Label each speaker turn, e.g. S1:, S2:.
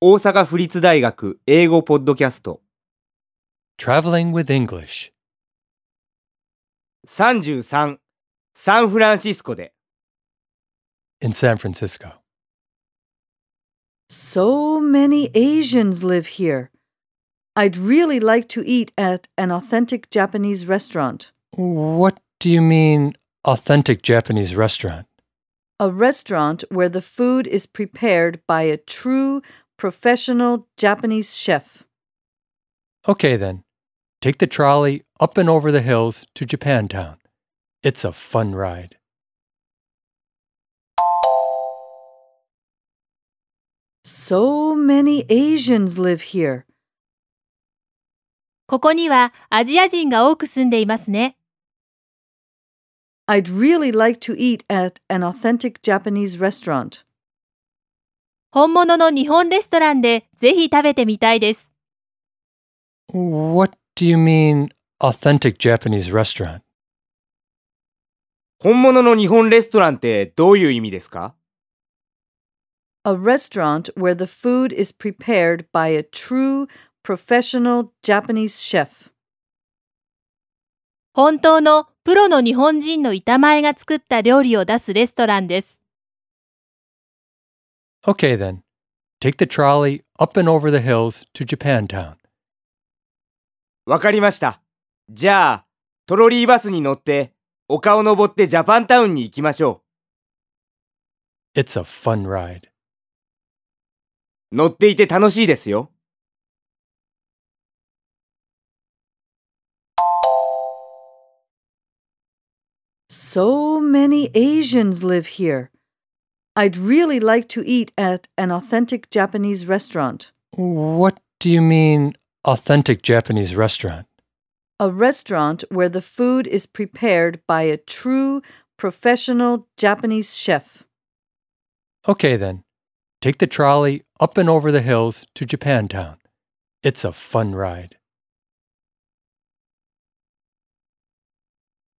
S1: 大阪府立大学英語ポッドキャスト
S2: Traveling with English.
S1: 33サンフランシスコで
S2: in San Francisco.
S3: So many Asians live here. I'd really like to eat at an authentic Japanese restaurant.
S2: What do you mean, authentic Japanese restaurant?
S3: A restaurant where the food is prepared by a true professional Japanese chef.
S2: Okay, then. Take the trolley up and over the hills to Japantown. It's a fun ride.
S3: So many Asians live here.
S4: ここにはアジア人が多く住んでいますね。
S3: I'd really like to eat at an authentic Japanese restaurant.
S4: 本物の日本レストランでぜひ食べてみたいです。
S2: What do you mean, authentic Japanese restaurant?
S1: 本物の日本レストランってどういう意味ですか
S3: A restaurant where the food is prepared by a true professional Japanese chef.
S4: 本当のプロの日本人の板前が作った料理を出すレストランです。
S2: Okay, then. Take the trolley up and over the hills to Japantown.
S1: わかりましたじゃあトロリーバスに乗って丘を登ってジャパンタウンに行きましょ
S2: It's a fun ride.
S1: う乗っていて楽しいですよ
S3: So many Asians live here. I'd really like to eat at an authentic Japanese restaurant.
S2: What do you mean, authentic Japanese restaurant?
S3: A restaurant where the food is prepared by a true professional Japanese chef.
S2: Okay, then. Take the trolley up and over the hills to Japantown. It's a fun ride.